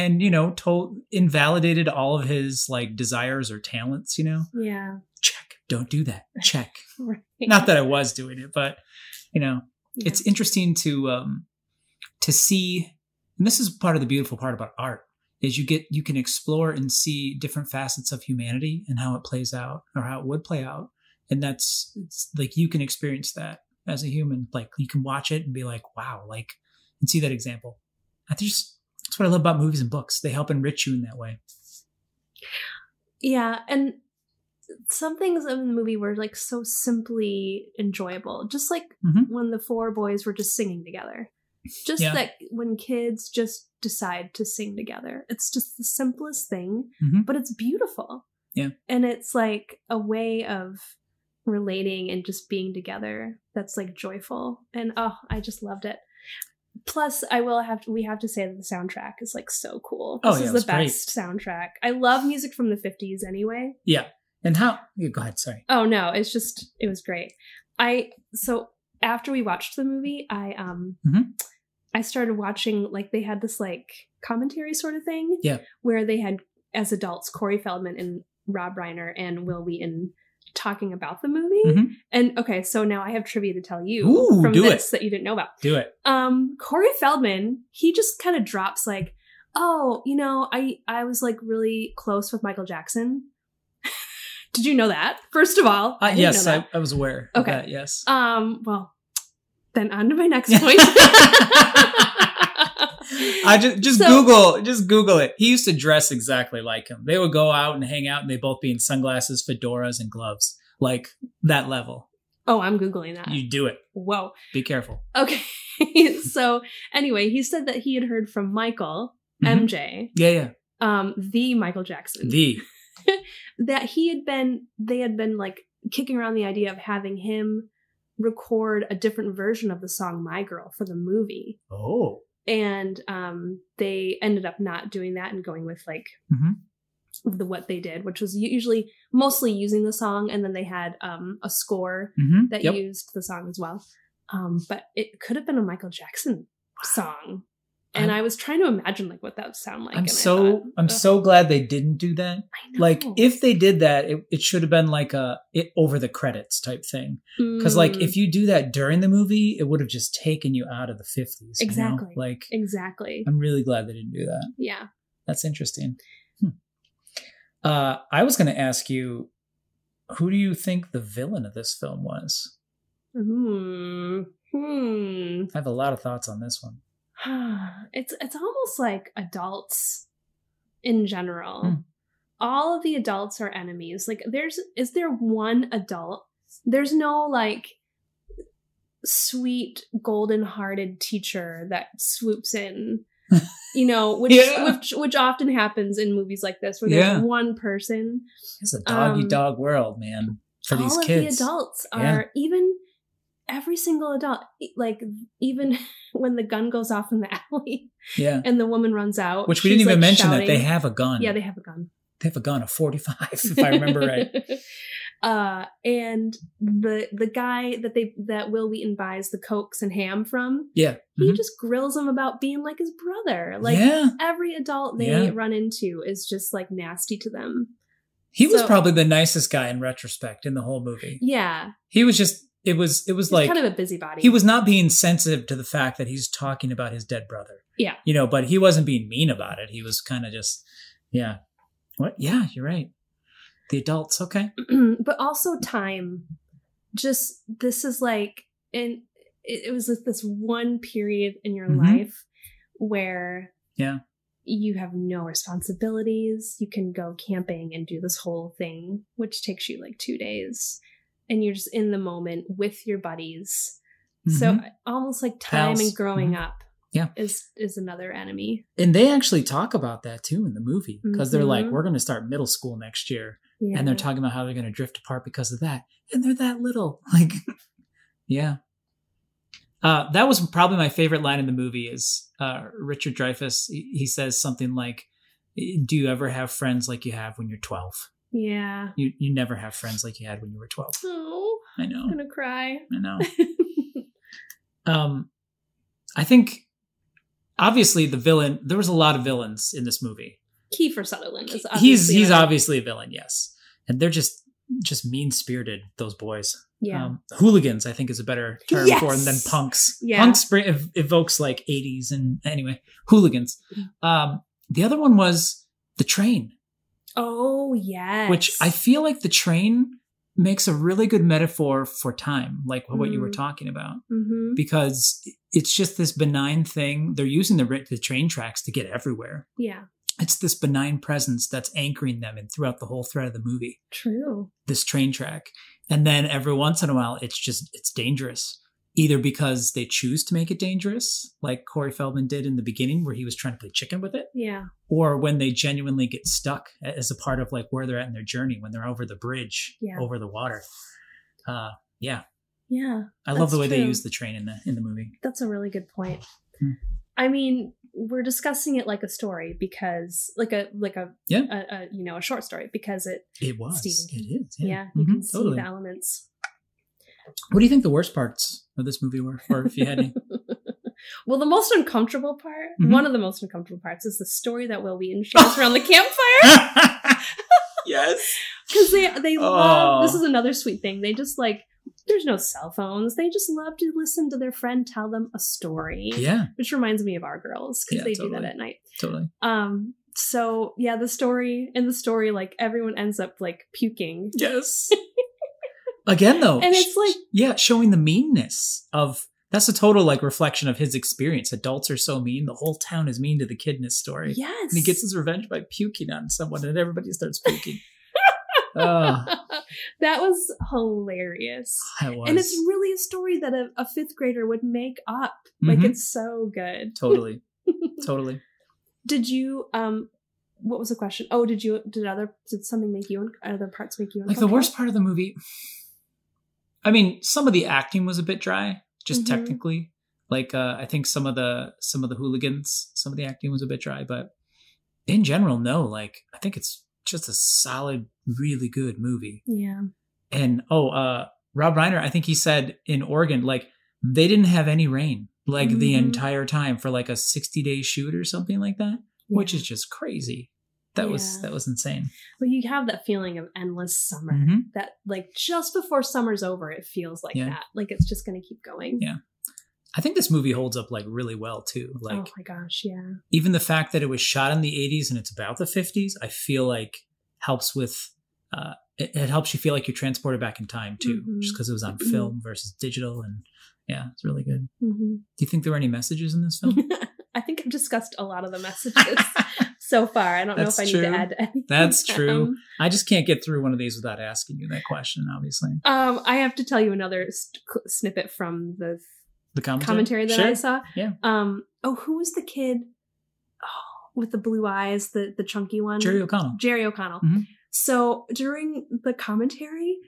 [SPEAKER 1] and, you know, told invalidated all of his like desires or talents, you know.
[SPEAKER 2] yeah. [LAUGHS]
[SPEAKER 1] Check. Don't do that. Check.
[SPEAKER 2] Right.
[SPEAKER 1] [LAUGHS] Not that I was doing it, but you know,
[SPEAKER 2] Yeah.
[SPEAKER 1] it's interesting to um to see and this is part of the beautiful part about art is you get you can explore and see different facets of humanity and how it plays out or how it would play out and that's it's like you can experience that as a human like you can watch it and be like wow like and see that example i just that's what i love about movies and books they help enrich you in that way
[SPEAKER 2] Yeah, and some things in the movie were like so simply enjoyable. Just like
[SPEAKER 1] Mhm.
[SPEAKER 2] when the four boys were just singing together. Just
[SPEAKER 1] Yeah.
[SPEAKER 2] like when kids just decide to sing together. It's just the simplest thing,
[SPEAKER 1] Mhm.
[SPEAKER 2] but it's beautiful.
[SPEAKER 1] Yeah.
[SPEAKER 2] And it's like a way of relating and just being together that's like joyful. And oh, I just loved it. Plus, I will have we have to say that the soundtrack is like so cool.
[SPEAKER 1] Oh,
[SPEAKER 2] This
[SPEAKER 1] yeah, it
[SPEAKER 2] is
[SPEAKER 1] was
[SPEAKER 2] the
[SPEAKER 1] great.
[SPEAKER 2] best soundtrack. I love music from the 50s anyway.
[SPEAKER 1] yeah and how yeah, go ahead sorry
[SPEAKER 2] Oh no, it's just it was great. I so after we watched the movie, I um
[SPEAKER 1] Mhm.
[SPEAKER 2] I started watching like they had this like commentary sort of thing.
[SPEAKER 1] Yeah.
[SPEAKER 2] Where they had as adults Corey Feldman and Rob Reiner and Will Wheaton talking about the movie.
[SPEAKER 1] Mhm.
[SPEAKER 2] And okay, so now I have trivia to tell you
[SPEAKER 1] Ooh,
[SPEAKER 2] from
[SPEAKER 1] do it.
[SPEAKER 2] this that you didn't know about
[SPEAKER 1] do it
[SPEAKER 2] um corey feldman he just kind of drops like oh you know i i was like really close with michael jackson [LAUGHS] did you know that first of all I
[SPEAKER 1] uh,
[SPEAKER 2] didn't
[SPEAKER 1] yes
[SPEAKER 2] know
[SPEAKER 1] I,
[SPEAKER 2] that.
[SPEAKER 1] I was aware of
[SPEAKER 2] Okay.
[SPEAKER 1] that, yes
[SPEAKER 2] um well then on to my next
[SPEAKER 1] Yeah.
[SPEAKER 2] point
[SPEAKER 1] [LAUGHS] I just just
[SPEAKER 2] So-
[SPEAKER 1] Google just Google it. He used to dress exactly like him. They would go out and hang out, and they would both be in sunglasses, fedoras, and gloves, like that level.
[SPEAKER 2] [LAUGHS] oh i'm googling that
[SPEAKER 1] You do it.
[SPEAKER 2] whoa
[SPEAKER 1] Be careful.
[SPEAKER 2] okay [LAUGHS] so anyway he said that he had heard from michael
[SPEAKER 1] Mhm.
[SPEAKER 2] mj
[SPEAKER 1] Yeah, yeah.
[SPEAKER 2] um the michael jackson
[SPEAKER 1] The
[SPEAKER 2] that he had been they had been like kicking around the idea of having him record a different version of the song my girl for the movie
[SPEAKER 1] oh
[SPEAKER 2] and um they ended up not doing that and going with like
[SPEAKER 1] Mhm.
[SPEAKER 2] the what they did which was u- usually mostly using the song and then they had um a score
[SPEAKER 1] Mhm.
[SPEAKER 2] that
[SPEAKER 1] Yep.
[SPEAKER 2] used the song as well um but it could have been a michael jackson song and
[SPEAKER 1] I'm-
[SPEAKER 2] i was trying to imagine like what that would sound like
[SPEAKER 1] I'm
[SPEAKER 2] and I
[SPEAKER 1] so
[SPEAKER 2] thought,
[SPEAKER 1] I'm
[SPEAKER 2] "Ugh,
[SPEAKER 1] so glad they didn't do that.
[SPEAKER 2] I know."
[SPEAKER 1] Like if they did that, it, it should have been like a it over the credits type thing. Because like
[SPEAKER 2] Mm,
[SPEAKER 1] if you do that during the movie, it would have just taken you out of the fifties.
[SPEAKER 2] Exactly.
[SPEAKER 1] Like
[SPEAKER 2] exactly
[SPEAKER 1] I'm really glad they didn't do that.
[SPEAKER 2] yeah
[SPEAKER 1] That's interesting. Hmm. Uh, I was going to ask you, who do you think the villain of this film was?
[SPEAKER 2] Hmm. Hmm. [SIGHS]
[SPEAKER 1] I have a lot of thoughts on this one.
[SPEAKER 2] it's it's almost like adults in general.
[SPEAKER 1] Hmm.
[SPEAKER 2] All of the adults are enemies. Like there's is there one adult? There's no like sweet golden-hearted teacher that
[SPEAKER 1] [LAUGHS]
[SPEAKER 2] swoops in. You know, which
[SPEAKER 1] Yeah.
[SPEAKER 2] which which often happens in movies like this where
[SPEAKER 1] Yeah.
[SPEAKER 2] there's one person
[SPEAKER 1] It's a doggy
[SPEAKER 2] Um,
[SPEAKER 1] dog world, man. For these
[SPEAKER 2] all
[SPEAKER 1] kids,
[SPEAKER 2] of the adults
[SPEAKER 1] Yeah.
[SPEAKER 2] are even every single adult e- like even [LAUGHS] when the gun goes off in the [LAUGHS] alley
[SPEAKER 1] yeah.
[SPEAKER 2] and the woman runs out
[SPEAKER 1] Which we
[SPEAKER 2] Oh, she's,
[SPEAKER 1] didn't even
[SPEAKER 2] like,
[SPEAKER 1] mention that they
[SPEAKER 2] shouting.
[SPEAKER 1] have a gun.
[SPEAKER 2] yeah they have a gun
[SPEAKER 1] They have a gun, a forty-five, if I
[SPEAKER 2] [LAUGHS]
[SPEAKER 1] remember right.
[SPEAKER 2] uh and the the guy that they that will wheaton buys the cokes and ham from
[SPEAKER 1] Yeah.
[SPEAKER 2] he
[SPEAKER 1] Mhm.
[SPEAKER 2] just grills him about being like his brother like
[SPEAKER 1] Yeah.
[SPEAKER 2] every adult they
[SPEAKER 1] Yeah.
[SPEAKER 2] run into is just like nasty to them
[SPEAKER 1] He was
[SPEAKER 2] So-
[SPEAKER 1] probably the nicest guy in retrospect in the whole movie.
[SPEAKER 2] yeah
[SPEAKER 1] He was just. It was. It was
[SPEAKER 2] he's
[SPEAKER 1] like
[SPEAKER 2] kind of a busybody
[SPEAKER 1] he was not being sensitive to the fact that he's talking about his dead brother.
[SPEAKER 2] yeah
[SPEAKER 1] You know, but he wasn't being mean about it. He was kind of just, yeah. What? Yeah, you're right. The adults, okay.
[SPEAKER 2] [CLEARS THROAT] but also time just this is like and it, it was just this one period in your
[SPEAKER 1] Mhm.
[SPEAKER 2] life where
[SPEAKER 1] Yeah.
[SPEAKER 2] you have no responsibilities you can go camping and do this whole thing which takes you like two days and you're just in the moment with your buddies so
[SPEAKER 1] Mhm.
[SPEAKER 2] almost like time
[SPEAKER 1] Pals.
[SPEAKER 2] and growing
[SPEAKER 1] Mhm.
[SPEAKER 2] up
[SPEAKER 1] Yeah.
[SPEAKER 2] is is another enemy
[SPEAKER 1] And they actually talk about that too in the movie because they're like,
[SPEAKER 2] Mhm.
[SPEAKER 1] we're going to start middle school next year.
[SPEAKER 2] yeah.
[SPEAKER 1] And they're talking about how they're going to drift apart because of that. And they're that little. [LAUGHS] Like, yeah. Uh, that was probably my favorite line in the movie is uh, Richard Dreyfuss. He he says something like, do you ever have friends like you have when you're 12?
[SPEAKER 2] yeah
[SPEAKER 1] You, you never have friends like you had when you were 12.
[SPEAKER 2] oh
[SPEAKER 1] I know.
[SPEAKER 2] i'm gonna cry [LAUGHS]
[SPEAKER 1] I know. um, I think obviously the villain. There was a lot of villains in this movie.
[SPEAKER 2] Kiefer Sutherland is obviously
[SPEAKER 1] he's he's
[SPEAKER 2] another-
[SPEAKER 1] obviously a villain, yes, and they're just just mean spirited. Those boys,
[SPEAKER 2] yeah
[SPEAKER 1] um, hooligans, I think is a better term for them than
[SPEAKER 2] Yes!
[SPEAKER 1] punks.
[SPEAKER 2] Yeah.
[SPEAKER 1] Punks br- ev- evokes like eighties and anyway, hooligans.
[SPEAKER 2] Mm-hmm.
[SPEAKER 1] Um, the other one was the train,
[SPEAKER 2] Oh yes.
[SPEAKER 1] which I feel like the train makes a really good metaphor for time, like what you were
[SPEAKER 2] Mhm.
[SPEAKER 1] talking about.
[SPEAKER 2] hmm
[SPEAKER 1] because it's just this benign thing. They're using the ri- the train tracks to get everywhere.
[SPEAKER 2] yeah,
[SPEAKER 1] It's this benign presence that's anchoring them in throughout the whole thread of the movie.
[SPEAKER 2] true.
[SPEAKER 1] This train track, and then every once in a while, it's just it's dangerous. Either because they choose to make it dangerous, like Corey Feldman did in the beginning, where he was trying to play chicken with it,
[SPEAKER 2] Yeah.
[SPEAKER 1] or when they genuinely get stuck a- as a part of like where they're at in their journey, when they're over the bridge,
[SPEAKER 2] Yeah.
[SPEAKER 1] over the water. Uh, yeah,
[SPEAKER 2] Yeah.
[SPEAKER 1] I love
[SPEAKER 2] That's
[SPEAKER 1] the way they
[SPEAKER 2] true.
[SPEAKER 1] use the train in the in the movie.
[SPEAKER 2] That's a really good point.
[SPEAKER 1] Hmm.
[SPEAKER 2] I mean, we're discussing it like a story because like a like a,
[SPEAKER 1] Yeah.
[SPEAKER 2] a, a you know, a short story because it
[SPEAKER 1] It was.
[SPEAKER 2] Stephen King.
[SPEAKER 1] It is.
[SPEAKER 2] yeah,
[SPEAKER 1] Yeah.
[SPEAKER 2] you
[SPEAKER 1] Mhm,
[SPEAKER 2] can see
[SPEAKER 1] totally.
[SPEAKER 2] the elements.
[SPEAKER 1] What do you think the worst parts of this movie were, or if you had
[SPEAKER 2] [LAUGHS]
[SPEAKER 1] any? [LAUGHS]
[SPEAKER 2] Well, the most uncomfortable part,
[SPEAKER 1] Mhm.
[SPEAKER 2] one of the most uncomfortable parts is the story that Will Wheaton shares
[SPEAKER 1] [LAUGHS]
[SPEAKER 2] around the campfire.
[SPEAKER 1] yes.
[SPEAKER 2] Because they they
[SPEAKER 1] Oh.
[SPEAKER 2] love this is another sweet thing. They just like there's no cell phones. They just love to listen to their friend tell them a story.
[SPEAKER 1] Yeah.
[SPEAKER 2] which reminds me of our girls because
[SPEAKER 1] Yeah,
[SPEAKER 2] they do
[SPEAKER 1] totally.
[SPEAKER 2] that at night.
[SPEAKER 1] Totally.
[SPEAKER 2] Um, so yeah, the story in the story, like everyone ends up like puking, [LAUGHS]
[SPEAKER 1] Yes. Again, though,
[SPEAKER 2] and
[SPEAKER 1] sh-
[SPEAKER 2] it's like
[SPEAKER 1] yeah, showing the meanness of that's a total like reflection of his experience. Adults are so mean. The whole town is mean to the kid in his story.
[SPEAKER 2] yes,
[SPEAKER 1] And he gets his revenge by puking on someone, and everybody starts
[SPEAKER 2] [LAUGHS]
[SPEAKER 1] puking. Ah,
[SPEAKER 2] that was hilarious,
[SPEAKER 1] that was
[SPEAKER 2] and it's really a story that a, a fifth grader would make up.
[SPEAKER 1] Mhm.
[SPEAKER 2] Like it's so good. [LAUGHS]
[SPEAKER 1] totally, totally.
[SPEAKER 2] did you um? What was the question? Oh, did you did other did something make you un- other parts make you
[SPEAKER 1] like the worst
[SPEAKER 2] uncomfortable?
[SPEAKER 1] part of the movie i mean some of the acting was a bit dry just
[SPEAKER 2] Mhm.
[SPEAKER 1] technically like uh, i think some of the some of the hooligans some of the acting was a bit dry but in general no like i think it's just a solid really good movie
[SPEAKER 2] Yeah,
[SPEAKER 1] and oh uh rob reiner i think he said in oregon like they didn't have any rain like the
[SPEAKER 2] Mhm.
[SPEAKER 1] entire time for like a 60 day shoot or something like that which
[SPEAKER 2] Yeah.
[SPEAKER 1] is just crazy that was
[SPEAKER 2] Yeah.
[SPEAKER 1] that was insane
[SPEAKER 2] But you have that feeling of endless summer.
[SPEAKER 1] Mhm.
[SPEAKER 2] That like just before summer's over, it feels like
[SPEAKER 1] Yeah.
[SPEAKER 2] that. Like it's just gonna keep going.
[SPEAKER 1] Yeah. i think this movie holds up like really well too like
[SPEAKER 2] oh my gosh, yeah.
[SPEAKER 1] even the fact that it was shot in the 80s and it's about the 50s i feel like helps with uh, it, it helps you feel like you're transported back in time too,
[SPEAKER 2] Mm-hmm.
[SPEAKER 1] just because it was on film versus digital, and yeah, it's really good.
[SPEAKER 2] Mhm.
[SPEAKER 1] Do you think there were any messages in this
[SPEAKER 2] [LAUGHS]
[SPEAKER 1] film? [LAUGHS]
[SPEAKER 2] I think I've discussed a lot of the messages so far. I don't know if I need to add anything.
[SPEAKER 1] That's true.
[SPEAKER 2] Um,
[SPEAKER 1] I just can't get through one of these without asking you that question. Obviously,
[SPEAKER 2] Um, I have to tell you another st- snippet from the
[SPEAKER 1] the commentary,
[SPEAKER 2] commentary that
[SPEAKER 1] Sure.
[SPEAKER 2] I saw.
[SPEAKER 1] Yeah.
[SPEAKER 2] Um. Oh, who was the kid oh, with the blue eyes, the the chunky one?
[SPEAKER 1] Jerry O'Connell.
[SPEAKER 2] Jerry O'Connell.
[SPEAKER 1] Mhm.
[SPEAKER 2] So during the commentary,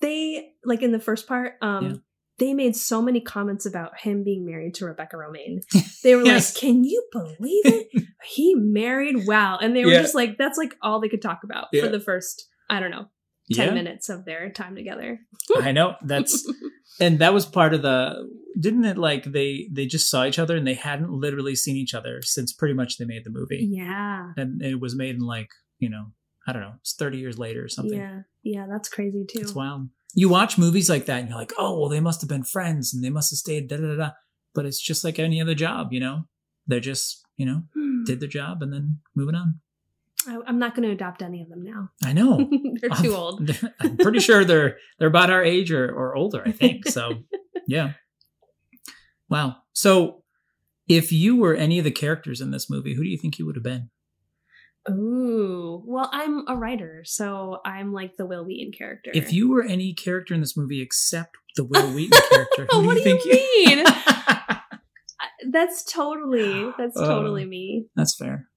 [SPEAKER 2] they like in the first part, um,
[SPEAKER 1] Yeah.
[SPEAKER 2] they made so many comments about him being married to
[SPEAKER 1] [LAUGHS]
[SPEAKER 2] Rebecca Romaine. They were
[SPEAKER 1] Yes.
[SPEAKER 2] like, "Can you believe
[SPEAKER 1] [LAUGHS]
[SPEAKER 2] it? he married? Wow!" And they were
[SPEAKER 1] Yeah.
[SPEAKER 2] just like, "That's like all they could talk about
[SPEAKER 1] Yeah.
[SPEAKER 2] for the first, I don't know, ten
[SPEAKER 1] Yeah.
[SPEAKER 2] minutes of their time together."
[SPEAKER 1] I know
[SPEAKER 2] [LAUGHS]
[SPEAKER 1] that's and that was part of the didn't it like they they just saw each other and they hadn't literally seen each other since pretty much they made the movie
[SPEAKER 2] Yeah.
[SPEAKER 1] and it was made in like you know I don't know it's 30 years later or something
[SPEAKER 2] Yeah, yeah, that's crazy too.
[SPEAKER 1] it's wild you watch movies like that and you're like oh well they must have been friends and they must have stayed da da da, da but it's just like any other job you know they're just you know
[SPEAKER 2] Hmm.
[SPEAKER 1] did their job and then moving on
[SPEAKER 2] I, I'm not going to adopt any of them now.
[SPEAKER 1] [LAUGHS] I
[SPEAKER 2] [LAUGHS]
[SPEAKER 1] know
[SPEAKER 2] They're too old.
[SPEAKER 1] [LAUGHS] I'm pretty sure they're they're about our age or, or older, I think.
[SPEAKER 2] [LAUGHS]
[SPEAKER 1] So yeah. Wow. So if you were any of the characters in this movie, who do you think you would have been?
[SPEAKER 2] Ooh, well, I'm a writer, so I'm like the Will Wheaton character.
[SPEAKER 1] If you were any character in this movie except the Will
[SPEAKER 2] [LAUGHS]
[SPEAKER 1] Wheaton character, who
[SPEAKER 2] Oh, what
[SPEAKER 1] do you think you
[SPEAKER 2] mean? I- that's totally that's
[SPEAKER 1] Oh.
[SPEAKER 2] totally me.
[SPEAKER 1] [LAUGHS]
[SPEAKER 2] [LAUGHS]
[SPEAKER 1] That's fair.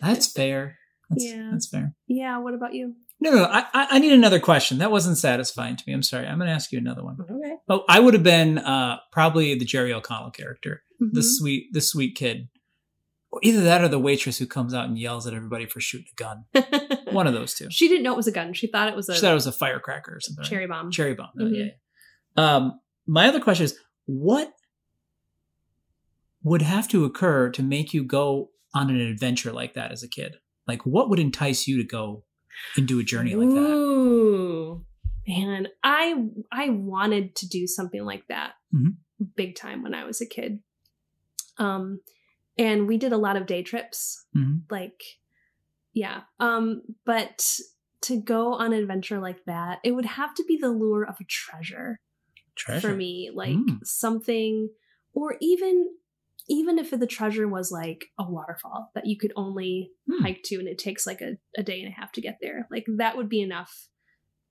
[SPEAKER 1] That's fair. That's,
[SPEAKER 2] Yeah.
[SPEAKER 1] that's fair.
[SPEAKER 2] yeah. What about you?
[SPEAKER 1] No, no, I, I I need another question. That wasn't satisfying to me. I'm sorry. I'm going to ask you another one.
[SPEAKER 2] Okay.
[SPEAKER 1] Oh, I would have been uh, probably the Jerry O'Connell character.
[SPEAKER 2] Mm-hmm.
[SPEAKER 1] the
[SPEAKER 2] [LAUGHS]
[SPEAKER 1] sweet the sweet kid or either that or the waitress who comes out and yells at everybody for shooting a gun one of those two she
[SPEAKER 2] she didn't know it was a gun. She thought it was a
[SPEAKER 1] thought it was a firecracker or something right?
[SPEAKER 2] cherry bomb.
[SPEAKER 1] cherry bomb Oh,
[SPEAKER 2] Mhm.
[SPEAKER 1] yeah, yeah. um my other question is what would have to occur to make you go on an adventure like that as a kid like what would entice you to go and do a journey like that
[SPEAKER 2] Ooh, man, I I wanted to do something like that
[SPEAKER 1] Mhm.
[SPEAKER 2] big time when I was a kid. Um, and we did a lot of day trips,
[SPEAKER 1] Mhm.
[SPEAKER 2] like, yeah. Um, but to go on an adventure like that, it would have to be the lure of a treasure
[SPEAKER 1] Treasure.
[SPEAKER 2] for me, like
[SPEAKER 1] Mm.
[SPEAKER 2] something, or even even if the treasure was like a waterfall that you could only
[SPEAKER 1] Hmm.
[SPEAKER 2] hike to and it takes like a, a day and a half to get there like that would be enough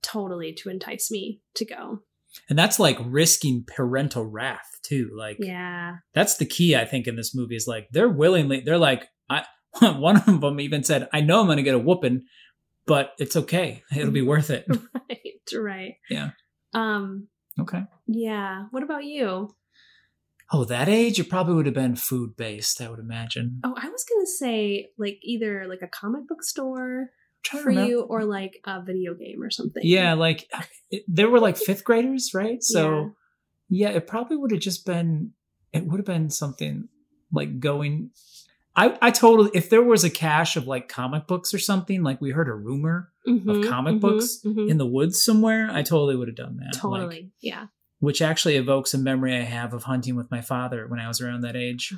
[SPEAKER 2] totally to entice me to go [LAUGHS]
[SPEAKER 1] and that's like risking parental wrath too like
[SPEAKER 2] yeah
[SPEAKER 1] that's the key i think in this movie is like they're willingly they're like i [LAUGHS] one of them even said i know i'm gonna get a whooping but it's okay it'll be worth it
[SPEAKER 2] Mm-hmm. right right
[SPEAKER 1] Yeah.
[SPEAKER 2] um
[SPEAKER 1] [LAUGHS] okay
[SPEAKER 2] yeah what about you
[SPEAKER 1] oh that age it probably would have been food based i would imagine
[SPEAKER 2] oh i was gonna say like either like a comic book store
[SPEAKER 1] trying to
[SPEAKER 2] for
[SPEAKER 1] remember.
[SPEAKER 2] you or like a video game or something
[SPEAKER 1] yeah like it, they were
[SPEAKER 2] [LAUGHS]
[SPEAKER 1] like fifth graders right so yeah, it probably would have just been it would have been something like going I, I totally if there was a cache of like comic books or something like we heard a rumor
[SPEAKER 2] Mhm,
[SPEAKER 1] comic
[SPEAKER 2] mhm,
[SPEAKER 1] books
[SPEAKER 2] mhm.
[SPEAKER 1] in the woods somewhere i totally would have done that Like,
[SPEAKER 2] totally yeah
[SPEAKER 1] which actually evokes a memory I have of hunting with my father when I was around that age.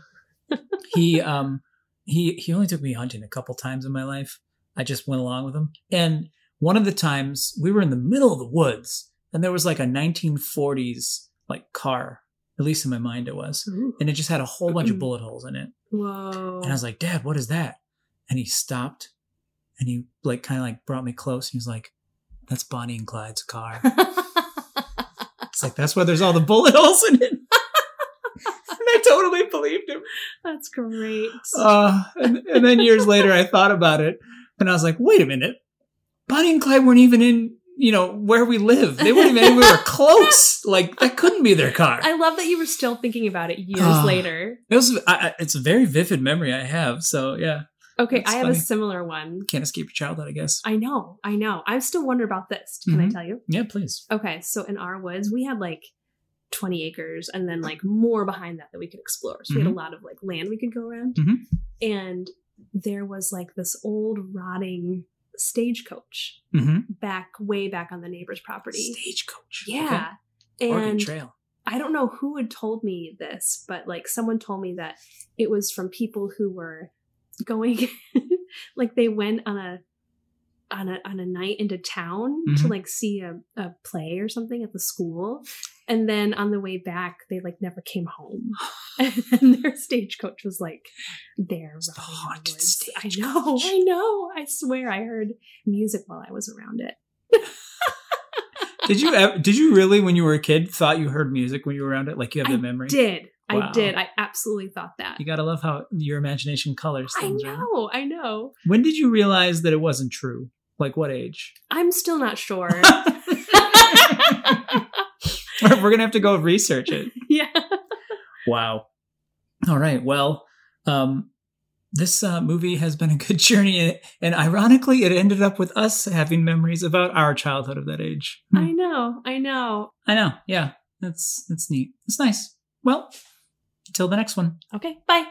[SPEAKER 1] he um he he only took me hunting a couple times in my life. I just went along with him. And one of the times we were in the middle of the woods and there was like a 1940s like car, at least in my mind it was.
[SPEAKER 2] Ooh.
[SPEAKER 1] And it just had a whole bunch of bullet holes in it.
[SPEAKER 2] whoa
[SPEAKER 1] And I was like, Dad, what is that? And he stopped and he like kind of like brought me close and he was like, That's Bonnie and Clyde's car. [LAUGHS] it's like that's why there's all the bullet [LAUGHS] holes in it. and I totally believed him.
[SPEAKER 2] that's great
[SPEAKER 1] Uh, and, and then years later I thought about it and I was like, wait a minute. Bonnie and Clyde weren't even in, you know, where we live. They weren't even anywhere
[SPEAKER 2] [LAUGHS]
[SPEAKER 1] close. Like that couldn't be their car.
[SPEAKER 2] I love that you were still thinking about it years
[SPEAKER 1] Ah.
[SPEAKER 2] later.
[SPEAKER 1] It was, I, I- it's a very vivid memory I have. So yeah,
[SPEAKER 2] Okay,
[SPEAKER 1] That's
[SPEAKER 2] I have a
[SPEAKER 1] funny.
[SPEAKER 2] similar one.
[SPEAKER 1] can't escape your childhood, I guess.
[SPEAKER 2] I know, I know. I still wonder about this. Can I
[SPEAKER 1] Mhm.
[SPEAKER 2] tell you?
[SPEAKER 1] Yeah, please.
[SPEAKER 2] Okay, so in our woods, we had like 20 acres and then like more behind that that we could explore. So we
[SPEAKER 1] Mm-hmm.
[SPEAKER 2] had a lot of like land we could go around.
[SPEAKER 1] Mhm.
[SPEAKER 2] And there was like this old rotting stagecoach
[SPEAKER 1] Mm-hmm.
[SPEAKER 2] back way back on the neighbor's property.
[SPEAKER 1] Stagecoach.
[SPEAKER 2] Yeah.
[SPEAKER 1] Okay. Oregon
[SPEAKER 2] And
[SPEAKER 1] Trail.
[SPEAKER 2] I don't know who had told me this, but like someone told me that it [LAUGHS] was from people who were going, like they went on a, on a on a night into town to
[SPEAKER 1] Mhm.
[SPEAKER 2] like see a, a play or something at the school. And then on the way back, they like never came
[SPEAKER 1] [SIGHS]
[SPEAKER 2] home. [LAUGHS] And their stagecoach was like there. The haunted I know, I know. I swear I heard music while I was around it.
[SPEAKER 1] Did you ever, did you really when you were a kid thought you heard music when you were around it? Like you have that memory?
[SPEAKER 2] Did. I
[SPEAKER 1] Wow.
[SPEAKER 2] did. I absolutely thought that.
[SPEAKER 1] You gotta love how your imagination colors
[SPEAKER 2] I
[SPEAKER 1] things. right?
[SPEAKER 2] know, I know.
[SPEAKER 1] When did you realize that it wasn't true? Like what age?
[SPEAKER 2] I'm still not [LAUGHS] sure.
[SPEAKER 1] We're gonna have to go research it.
[SPEAKER 2] yeah.
[SPEAKER 1] Wow. All right. Well, um, this uh, movie has been a good journey, and ironically, it ended up with us having memories about our childhood of that age. Hmm.
[SPEAKER 2] I know, I know.
[SPEAKER 1] I know. Yeah, that's that's neat. It's nice. Well, until the next one.
[SPEAKER 2] Okay, bye.